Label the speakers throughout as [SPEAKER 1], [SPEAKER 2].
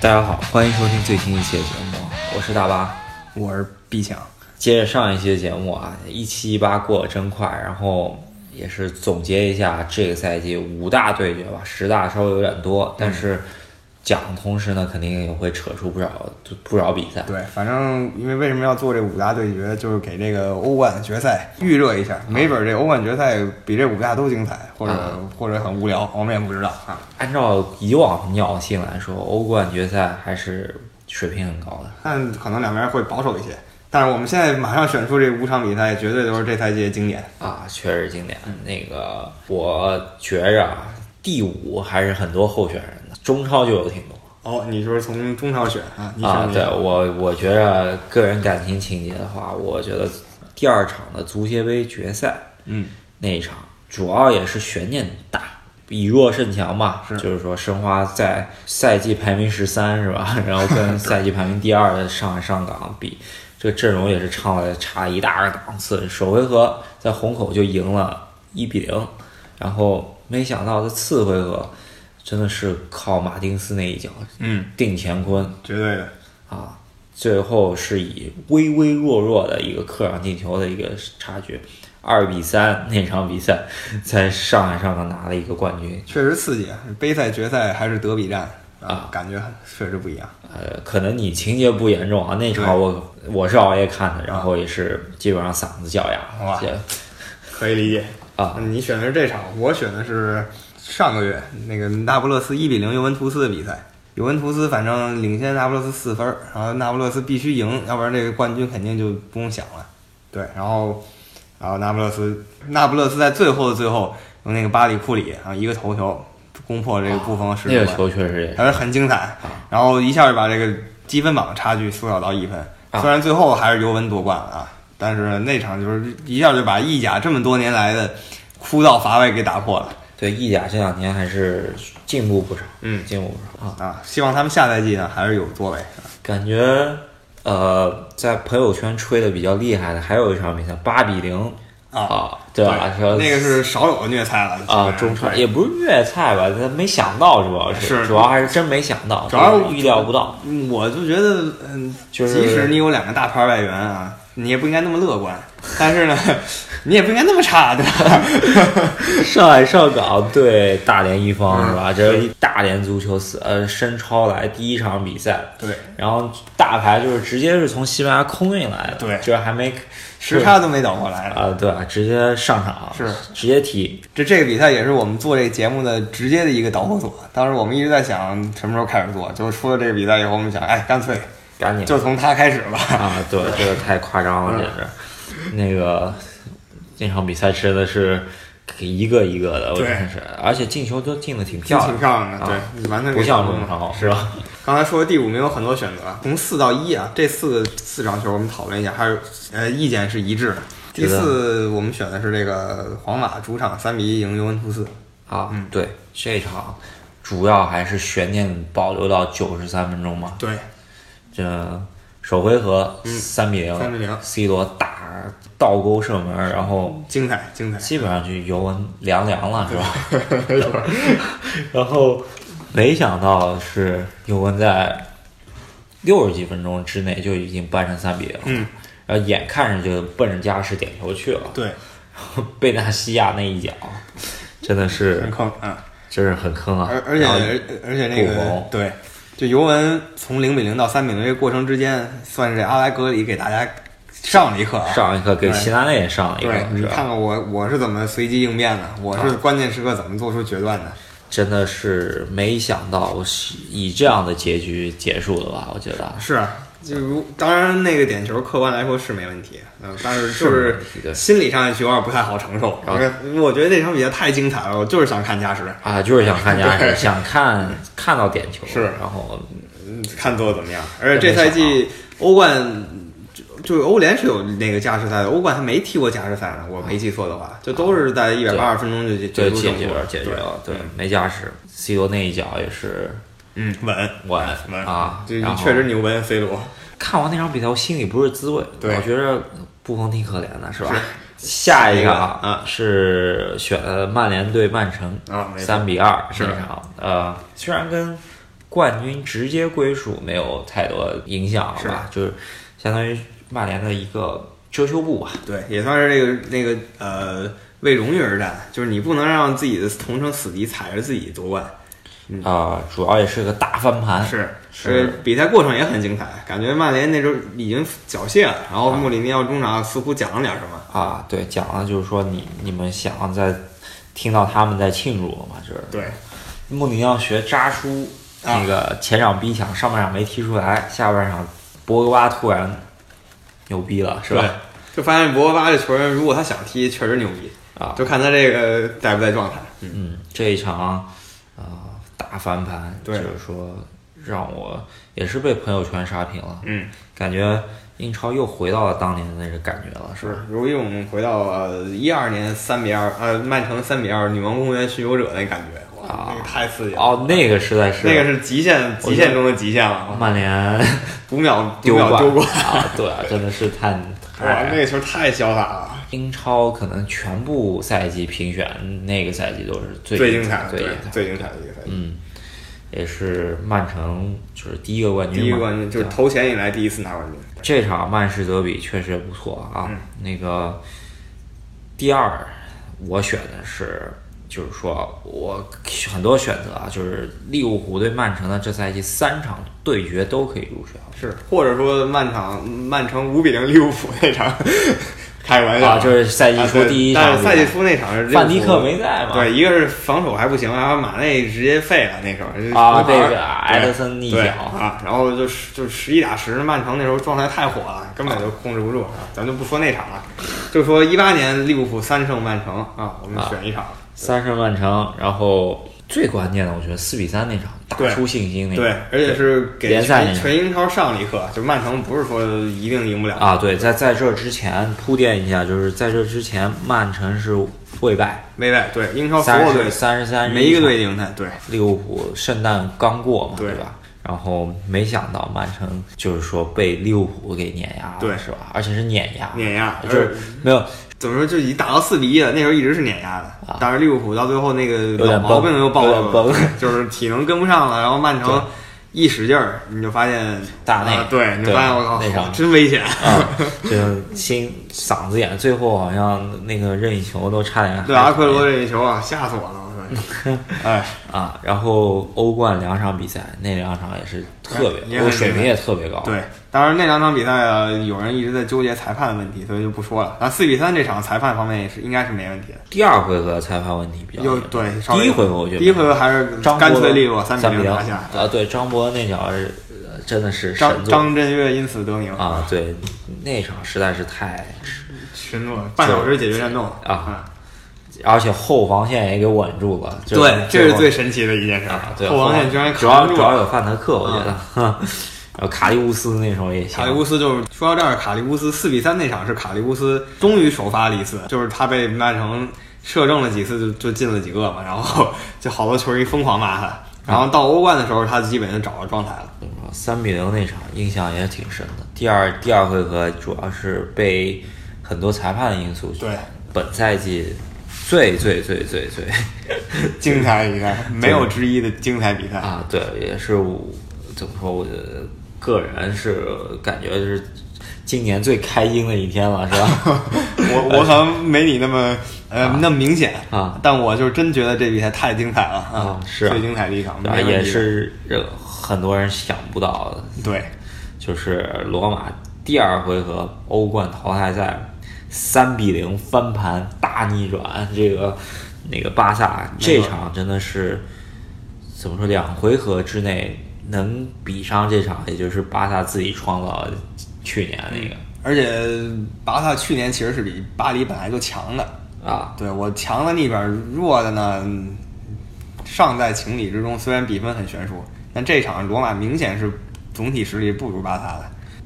[SPEAKER 1] 大家好，欢迎收听最新一期的节目，我是大巴。
[SPEAKER 2] 我是毕强，
[SPEAKER 1] 接着上一期的节目啊，一七一八过得真快，然后也是总结一下这个赛季五大对决吧，十大稍微有点多，但是讲的同时呢，肯定也会扯出不少不少比赛。
[SPEAKER 2] 对，反正因为为什么要做这五大对决，就是给这个欧冠决赛预热一下，没准这欧冠决赛比这五大都精彩，或者、
[SPEAKER 1] 啊
[SPEAKER 2] 或者很无聊，我们也不知道啊。
[SPEAKER 1] 按照以往尿性来说，欧冠决赛还是水平很高的。
[SPEAKER 2] 但可能两边会保守一些，但是我们现在马上选出这五场比赛，绝对都是这赛季的经典。
[SPEAKER 1] 啊，确实经典。那个，我觉着啊，第五还是很多候选人的，中超就有挺多
[SPEAKER 2] 哦，你就是从中超选啊？你选
[SPEAKER 1] 啊。
[SPEAKER 2] 哪
[SPEAKER 1] 对
[SPEAKER 2] 个
[SPEAKER 1] 我，我觉着个人感情情节的话，我觉得第二场的足协杯决赛
[SPEAKER 2] 嗯，
[SPEAKER 1] 那一场，主要也是悬念大，以弱胜强吧。
[SPEAKER 2] 是
[SPEAKER 1] 就是说，申花在赛季排名十三是吧？ 然后 跟赛季排名第二的上海上港比。这个阵容也是差了差一大个档次，首回合在虹口就赢了一比零，然后没想到在次回合真的是靠马丁斯那一脚，
[SPEAKER 2] 嗯，
[SPEAKER 1] 定乾坤
[SPEAKER 2] 绝对的。
[SPEAKER 1] 啊，最后是以微微弱弱的一个客场进球的一个差距，二比三那场比赛，在上海上港拿了一个冠军。
[SPEAKER 2] 确实刺激，啊！杯赛决赛还是德比战
[SPEAKER 1] 啊，
[SPEAKER 2] 感觉确实不一样。
[SPEAKER 1] 呃，可能你情节不严重啊，那场我我是熬夜看的，然后也是基本上嗓子叫
[SPEAKER 2] 哇
[SPEAKER 1] 哑，也
[SPEAKER 2] 可以理解
[SPEAKER 1] 啊。
[SPEAKER 2] 你选的是这场，我选的是上个月那个那不勒斯一比零尤文图斯的比赛。尤文图斯反正领先那不勒斯四分儿，然后那不勒斯必须赢，要不然这个冠军肯定就不用想了。对，然后，然后那不勒斯，那不勒斯在最后的最后用那个巴里库里啊一个头球攻破这个布冯十
[SPEAKER 1] 那
[SPEAKER 2] 六
[SPEAKER 1] 个
[SPEAKER 2] 分，
[SPEAKER 1] 球确实也是
[SPEAKER 2] 还是很精
[SPEAKER 1] 啊
[SPEAKER 2] 彩。然后一下就把这个积分榜的差距缩小到一分，
[SPEAKER 1] 啊
[SPEAKER 2] 虽然最后还是尤文夺冠了啊，但是那场就是一下就把意甲这么多年来的枯燥乏味给打破了
[SPEAKER 1] 对意甲这两年还是进步不少，
[SPEAKER 2] 嗯
[SPEAKER 1] 进步不少啊。
[SPEAKER 2] 啊！希望他们下赛季呢还是有作为。
[SPEAKER 1] 感觉呃，在朋友圈吹的比较厉害的还有一场比赛，八比零
[SPEAKER 2] 啊
[SPEAKER 1] 对吧？说
[SPEAKER 2] 那个是少有的虐菜了
[SPEAKER 1] 啊，中超也不是粤菜吧，他没想到，主要
[SPEAKER 2] 是
[SPEAKER 1] 主要还是真没想到，
[SPEAKER 2] 主要
[SPEAKER 1] 就是预料不到。
[SPEAKER 2] 嗯我就觉得，嗯，
[SPEAKER 1] 就是
[SPEAKER 2] 即使你有两个大牌外援啊，你也不应该那么乐观，但是呢， 你也不应该那么差，对吧？
[SPEAKER 1] 上海上港对大连一方、
[SPEAKER 2] 嗯
[SPEAKER 1] 是吧？这是大连足球死呃申超来第一场比赛，
[SPEAKER 2] 对，
[SPEAKER 1] 然后大牌就是直接是从西班牙空运来的，
[SPEAKER 2] 对
[SPEAKER 1] 就是还没
[SPEAKER 2] 时差都没倒过来
[SPEAKER 1] 啊、对，直接上场
[SPEAKER 2] 是
[SPEAKER 1] 直接踢，
[SPEAKER 2] 这这个比赛也是我们做这个节目的直接的一个导火索。当时我们一直在想什么时候开始做，就出了这个比赛以后，我们想，哎，干脆
[SPEAKER 1] 赶紧
[SPEAKER 2] 就从它开始吧。
[SPEAKER 1] 啊，对，这个太夸张了，简
[SPEAKER 2] 嗯
[SPEAKER 1] 直。那个那场比赛真的是一个一个的，我
[SPEAKER 2] 对
[SPEAKER 1] 真是，而且进球都进的 挺漂亮，
[SPEAKER 2] 挺漂亮的对
[SPEAKER 1] 啊
[SPEAKER 2] 你完全可以
[SPEAKER 1] 不像
[SPEAKER 2] 想
[SPEAKER 1] 中
[SPEAKER 2] 象
[SPEAKER 1] 超是吧？
[SPEAKER 2] 刚才说的第五名有很多选择，从四到一啊，这四个四场球我们讨论一下，还是呃意见是一致的。第四我们选的是这个皇马主场三比一赢尤文图斯，
[SPEAKER 1] 啊，对，这场主要还是悬念保留到九十三分钟嘛，
[SPEAKER 2] 对，
[SPEAKER 1] 这首回合嗯三比零、
[SPEAKER 2] 3比0
[SPEAKER 1] c 罗打倒钩射门，然后。
[SPEAKER 2] 精彩精彩，
[SPEAKER 1] 基本上就尤文凉凉了，是吧？ 然后没想到是尤文在六十几分钟之内就已经扳成三比零，
[SPEAKER 2] 嗯，
[SPEAKER 1] 然后眼看着就奔着加时点球去了，
[SPEAKER 2] 对，
[SPEAKER 1] 贝纳西亚那一脚真的
[SPEAKER 2] 很
[SPEAKER 1] 是
[SPEAKER 2] 坑啊。
[SPEAKER 1] 真是很坑啊！
[SPEAKER 2] 而而且
[SPEAKER 1] 然后
[SPEAKER 2] 而而且那
[SPEAKER 1] 不
[SPEAKER 2] 个
[SPEAKER 1] 红
[SPEAKER 2] 对，就尤文从零比零到三比零这个过程之间，算是阿莱格里给大家上了一课啊。
[SPEAKER 1] 上一课给齐达内也上了一课
[SPEAKER 2] 对，，你
[SPEAKER 1] 是
[SPEAKER 2] 看
[SPEAKER 1] 吧？啊
[SPEAKER 2] 看我我是怎么随机应变的，我是关键时刻怎么做出决断的。
[SPEAKER 1] 真的是没想到是以这样的结局结束的吧？我觉得
[SPEAKER 2] 是啊，就如当然那个点球客观来说是没问题，嗯，但是
[SPEAKER 1] 没
[SPEAKER 2] 就是是
[SPEAKER 1] 问题对
[SPEAKER 2] 心理上有点不太好承受。
[SPEAKER 1] 啊
[SPEAKER 2] 因为我觉得这场比赛太精彩了，我就是想看加时，
[SPEAKER 1] 啊，就是想看加时，
[SPEAKER 2] 对
[SPEAKER 1] 想看看到点球，
[SPEAKER 2] 是
[SPEAKER 1] 然后
[SPEAKER 2] 嗯看做的怎么样。而且这赛季欧冠。就就欧联是有那个加时赛的，欧冠还没踢过加时赛呢，我没记错的话，就都是在一百八十分钟就结
[SPEAKER 1] 啊对
[SPEAKER 2] 结束
[SPEAKER 1] 解
[SPEAKER 2] 胜
[SPEAKER 1] 决
[SPEAKER 2] 负
[SPEAKER 1] 了，
[SPEAKER 2] 了，
[SPEAKER 1] 解决了，对，没加时，C 罗那一脚也是
[SPEAKER 2] 嗯，稳
[SPEAKER 1] 稳
[SPEAKER 2] 稳
[SPEAKER 1] 啊，
[SPEAKER 2] 就
[SPEAKER 1] 然后
[SPEAKER 2] 确实牛奔 C 罗，
[SPEAKER 1] 看完那场比赛，我心里不是滋味，
[SPEAKER 2] 对
[SPEAKER 1] 我觉着布冯挺可怜的，是吧？下一场
[SPEAKER 2] 下一个啊
[SPEAKER 1] 是选呃曼联对曼城
[SPEAKER 2] 啊没错
[SPEAKER 1] 三比二
[SPEAKER 2] 是
[SPEAKER 1] 那场，呃，虽然跟冠军直接归属没有太多影响了
[SPEAKER 2] 是
[SPEAKER 1] 吧？就是相当于曼联的一个遮羞布吧。
[SPEAKER 2] 对，也算是这个那个呃为荣誉而战，就是你不能让自己的同城死敌踩着自己夺冠。
[SPEAKER 1] 啊、主要也是个大翻盘。
[SPEAKER 2] 是
[SPEAKER 1] 啊是
[SPEAKER 2] 呃，比赛过程也很精彩，感觉曼联那时候已经缴械了，然后穆里尼奥中场似乎讲了点什么。
[SPEAKER 1] 啊，对，讲了就是说你你们想在听到他们在庆祝嘛，就是
[SPEAKER 2] 对，
[SPEAKER 1] 穆里尼奥学扎叔
[SPEAKER 2] 啊
[SPEAKER 1] 那个前场逼抢，上半场没踢出来，下半场博格巴突然牛逼了，是吧？？
[SPEAKER 2] 就发现博格巴这球员，如果他想踢，确实牛逼
[SPEAKER 1] 啊
[SPEAKER 2] 就看他这个在不在状态。嗯，
[SPEAKER 1] 嗯，这一场啊、呃大翻盘，
[SPEAKER 2] 对
[SPEAKER 1] 就是说让我也是被朋友圈刷屏了，
[SPEAKER 2] 嗯，
[SPEAKER 1] 感觉英超又回到了当年的那个感觉了，是吧？
[SPEAKER 2] 是。如果我们回到呃一二年三比二，呃，曼城三比二女王公园巡游者那感觉，哇，
[SPEAKER 1] 啊
[SPEAKER 2] 那个太刺激了。
[SPEAKER 1] 哦，那个实在是
[SPEAKER 2] 那个是极限，极限中的极限了，啊
[SPEAKER 1] 曼联
[SPEAKER 2] 五秒五
[SPEAKER 1] 丢
[SPEAKER 2] 秒丢 过，
[SPEAKER 1] 啊，对啊，真的是太
[SPEAKER 2] 哇，
[SPEAKER 1] 太
[SPEAKER 2] 那个球太潇洒了，
[SPEAKER 1] 英超可能全部赛季评选那个赛季都是最
[SPEAKER 2] 最
[SPEAKER 1] 精
[SPEAKER 2] 精彩的，
[SPEAKER 1] 最
[SPEAKER 2] 对
[SPEAKER 1] 精彩，
[SPEAKER 2] 最精彩的一个赛季。
[SPEAKER 1] 嗯，也是曼城就是第一个冠军嘛，
[SPEAKER 2] 第一个冠军就
[SPEAKER 1] 对
[SPEAKER 2] 是
[SPEAKER 1] 吧
[SPEAKER 2] 头衔以来第一次拿冠军，
[SPEAKER 1] 这场曼市德比确实不错啊。
[SPEAKER 2] 嗯
[SPEAKER 1] 那个第二，我选的是，就是说我很多选择啊，就是利物浦对曼城的这赛季三场对决都可以入选
[SPEAKER 2] 是或者说曼场曼城五比零利物浦那场， 开玩笑
[SPEAKER 1] 啊，就是赛季
[SPEAKER 2] 哎啊
[SPEAKER 1] 初
[SPEAKER 2] 对
[SPEAKER 1] 第一
[SPEAKER 2] 但
[SPEAKER 1] 场
[SPEAKER 2] 是
[SPEAKER 1] 比
[SPEAKER 2] 赛季
[SPEAKER 1] 赛。
[SPEAKER 2] 初那场是利物浦
[SPEAKER 1] 范迪克没在嘛
[SPEAKER 2] 对，一个是防守还不行，然后马内直接废了那时候就是
[SPEAKER 1] 啊，
[SPEAKER 2] 红牌
[SPEAKER 1] 这个埃德森逆
[SPEAKER 2] 对
[SPEAKER 1] 脚
[SPEAKER 2] 啊，然后就是就是十一打十，曼城那时候状态太火了，根本就控制不住啊。咱就不说那场了，就说一八年利物浦三胜曼城啊，我们选一场，
[SPEAKER 1] 三胜曼城，然后最关键的，我觉得四比三那场打
[SPEAKER 2] 对
[SPEAKER 1] 出信心那
[SPEAKER 2] 对
[SPEAKER 1] 场，
[SPEAKER 2] 而且是给
[SPEAKER 1] 联赛那
[SPEAKER 2] 全
[SPEAKER 1] 场
[SPEAKER 2] 全英超上了一课，就曼城不是说一定赢不了，
[SPEAKER 1] 啊，对，在在这之前铺垫一下，就是在这之前，曼城是未败，
[SPEAKER 2] 没败，对英啊超所
[SPEAKER 1] 三
[SPEAKER 2] 有队
[SPEAKER 1] 十三十三，
[SPEAKER 2] 没一个队赢他，对，
[SPEAKER 1] 利物浦圣诞刚过嘛，
[SPEAKER 2] 对
[SPEAKER 1] 对吧？然后没想到曼城就是说被利物浦给碾压了，
[SPEAKER 2] 对
[SPEAKER 1] 是吧？而且是碾压，
[SPEAKER 2] 碾压，呃
[SPEAKER 1] 就
[SPEAKER 2] 而
[SPEAKER 1] 是没有
[SPEAKER 2] 怎么说，就已打到四比一了，那时候一直是碾压的。但是利物浦到最后那个
[SPEAKER 1] 啊有
[SPEAKER 2] 老
[SPEAKER 1] 点崩
[SPEAKER 2] 毛病又暴露
[SPEAKER 1] 有点崩
[SPEAKER 2] 了，就是体能跟不上了，然后曼城一使劲儿，你就发现
[SPEAKER 1] 大内
[SPEAKER 2] 啊对，你就
[SPEAKER 1] 对
[SPEAKER 2] 发现我靠
[SPEAKER 1] 那，场
[SPEAKER 2] 好真危险，
[SPEAKER 1] 啊，就是心嗓子眼，最后好像那个任意球都差点
[SPEAKER 2] 对阿奎罗这一球啊，吓死我了，我 说，哎，
[SPEAKER 1] 啊。然后欧冠两场比赛，那两场也是特别，
[SPEAKER 2] 也很
[SPEAKER 1] 我水平
[SPEAKER 2] 精彩
[SPEAKER 1] 也特别高，
[SPEAKER 2] 对，当然那两场比赛啊，有人一直在纠结裁判的问题，所以就不说了。那四比三这场裁判方面也是应该是没问题的，
[SPEAKER 1] 第二回合裁判问题比较
[SPEAKER 2] 又
[SPEAKER 1] 严重
[SPEAKER 2] 对，稍微
[SPEAKER 1] 第一回合我觉得
[SPEAKER 2] 第一回合还是
[SPEAKER 1] 张
[SPEAKER 2] 干
[SPEAKER 1] 伯
[SPEAKER 2] 脆利落，
[SPEAKER 1] 三
[SPEAKER 2] 三比零拿下。
[SPEAKER 1] 啊！对，张伯伦那脚是呃真的是
[SPEAKER 2] 张
[SPEAKER 1] 神作
[SPEAKER 2] 张震岳因此得名
[SPEAKER 1] 啊！对，那场实在是太，
[SPEAKER 2] 神作，半小时解决战斗嗯
[SPEAKER 1] 啊！而且后防线也给稳住了。就
[SPEAKER 2] 对，这是
[SPEAKER 1] 后
[SPEAKER 2] 最神奇的一件事儿
[SPEAKER 1] 啊，对
[SPEAKER 2] 后防线居然
[SPEAKER 1] 主要
[SPEAKER 2] 扛
[SPEAKER 1] 主
[SPEAKER 2] 住
[SPEAKER 1] 要
[SPEAKER 2] 了。啊
[SPEAKER 1] 有范德克，我觉得。然后卡利乌斯那时候也行
[SPEAKER 2] 卡利乌斯就是说到这儿，卡利乌斯四比三那场是卡利乌斯终于首发了一次，就是他被曼城射正了几次就就进了几个嘛，然后 就好多球迷疯狂骂他。然后到欧冠的时候，他基本就找到状态了。
[SPEAKER 1] 三比零那场印象也挺深的。第二第二回合主要是被很多裁判的因素，
[SPEAKER 2] 对，
[SPEAKER 1] 本赛季最最最最最
[SPEAKER 2] 精彩比赛，没有之一的精彩比赛。
[SPEAKER 1] 啊，对，也是我怎么说，我觉得个人是感觉是今年最开心的一天了，是吧？
[SPEAKER 2] 我我可能没你那么呃那么明显
[SPEAKER 1] 啊，
[SPEAKER 2] 但我就是真觉得这比赛太精彩了
[SPEAKER 1] 啊是啊
[SPEAKER 2] 最精彩的一场，
[SPEAKER 1] 啊
[SPEAKER 2] 没问题
[SPEAKER 1] 也是让很多人想不到的，
[SPEAKER 2] 对。
[SPEAKER 1] 就是罗马第二回合欧冠淘汰赛三比零翻盘大逆转，这个那个巴萨这场真的是怎么说，两回合之内能比上这场，也就是巴萨自己创造的去年那个。
[SPEAKER 2] 而且巴萨去年其实是比巴黎本来就强的，
[SPEAKER 1] 啊，
[SPEAKER 2] 对我强的那边弱的呢，嗯尚在情理之中。虽然比分很悬殊，但这场罗马明显是总体实力不如巴萨的，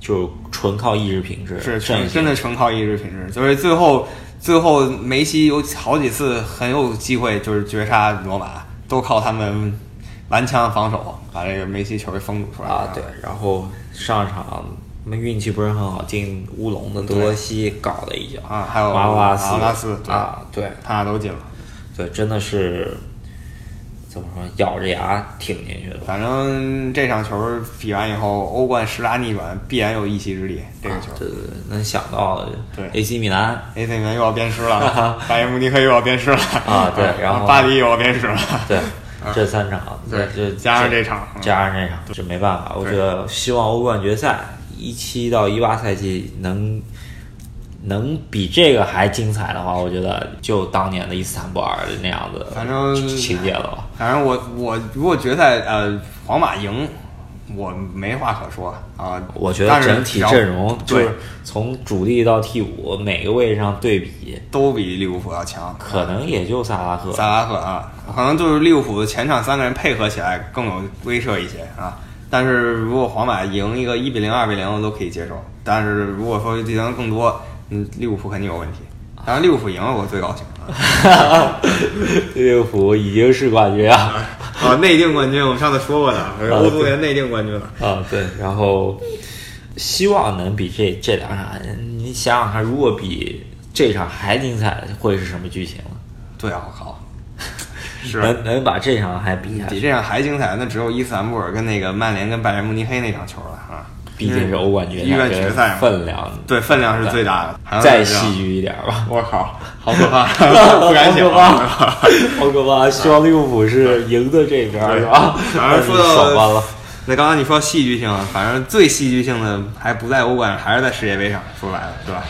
[SPEAKER 1] 就纯靠意志品质，
[SPEAKER 2] 是
[SPEAKER 1] 正
[SPEAKER 2] 纯真的纯靠意志品质。就是最后最后梅西有好几次很有机会就是绝杀罗马，都靠他们顽强防守把这个梅西球给封堵出来
[SPEAKER 1] 啊，对。然后上场那运气不是很好，进乌龙的德罗西搞了一脚
[SPEAKER 2] 啊还有
[SPEAKER 1] 马拉
[SPEAKER 2] 马拉斯对
[SPEAKER 1] 啊，对
[SPEAKER 2] 他俩都进了。
[SPEAKER 1] 对，真的是怎么说，咬着牙挺进去的吧。
[SPEAKER 2] 反正这场球比完以后，欧冠十大逆转必然有一席之地。这个球、
[SPEAKER 1] 啊对对对，能想到的
[SPEAKER 2] 对
[SPEAKER 1] AC 米兰
[SPEAKER 2] a c 米兰又要鞭尸了，拜仁慕尼黑又要鞭尸了
[SPEAKER 1] 啊对然后
[SPEAKER 2] 巴黎又要鞭尸了，
[SPEAKER 1] 对，这三场，
[SPEAKER 2] 对
[SPEAKER 1] 这
[SPEAKER 2] 加上这场嗯
[SPEAKER 1] 加上这场，这没办法。我
[SPEAKER 2] 对
[SPEAKER 1] 觉得希望欧冠决赛一七到一八赛季能能比这个还精彩的话，我觉得就当年的伊斯坦布尔那样子，
[SPEAKER 2] 反正
[SPEAKER 1] 情节了吧。
[SPEAKER 2] 反正我我如果决赛呃皇马赢，我没话可说啊。
[SPEAKER 1] 我觉得
[SPEAKER 2] 但是
[SPEAKER 1] 整体
[SPEAKER 2] 只要
[SPEAKER 1] 阵容就是
[SPEAKER 2] 对
[SPEAKER 1] 从主力到替补每个位置上对比，
[SPEAKER 2] 都比利物浦要强。
[SPEAKER 1] 可能也就萨拉赫
[SPEAKER 2] 萨拉赫啊，可能就是利物浦前场三个人配合起来更有威慑一些啊。但是如果皇马赢一个一比零、二比零，我都可以接受。但是如果说赢更多，嗯，利物浦肯定有问题。当然，利物浦赢了我最高兴啊！
[SPEAKER 1] 利物浦已经是冠军 啊！
[SPEAKER 2] 啊，内定冠军，我们上次说过的，欧足联内定冠军了。
[SPEAKER 1] 啊，对，然后希望能比这这两场，你想想看，如果比这场还精彩，会是什么剧情呢？
[SPEAKER 2] 对啊，我靠，是
[SPEAKER 1] 能
[SPEAKER 2] 嗯
[SPEAKER 1] 能把这场还比下
[SPEAKER 2] 比
[SPEAKER 1] 去，
[SPEAKER 2] 这场还精彩，那只有伊斯坦布尔跟那个曼联跟拜仁慕尼黑那场球了啊！
[SPEAKER 1] 毕竟是欧冠决
[SPEAKER 2] 因为
[SPEAKER 1] 赛，
[SPEAKER 2] 决
[SPEAKER 1] 这
[SPEAKER 2] 赛
[SPEAKER 1] 个
[SPEAKER 2] 嘛
[SPEAKER 1] 分量
[SPEAKER 2] 对分量是最大的，还有
[SPEAKER 1] 再
[SPEAKER 2] 就是这样
[SPEAKER 1] 戏剧一点吧。
[SPEAKER 2] 我靠，好可怕，不敢想。
[SPEAKER 1] 啊好可怕！希望利物浦是赢的这边儿是吧？
[SPEAKER 2] 反正说
[SPEAKER 1] 爽翻
[SPEAKER 2] 到
[SPEAKER 1] 了。
[SPEAKER 2] 那刚啊才你说戏剧性，反正最戏剧性的还不在欧冠，还是在世界杯上。说白了，对吧？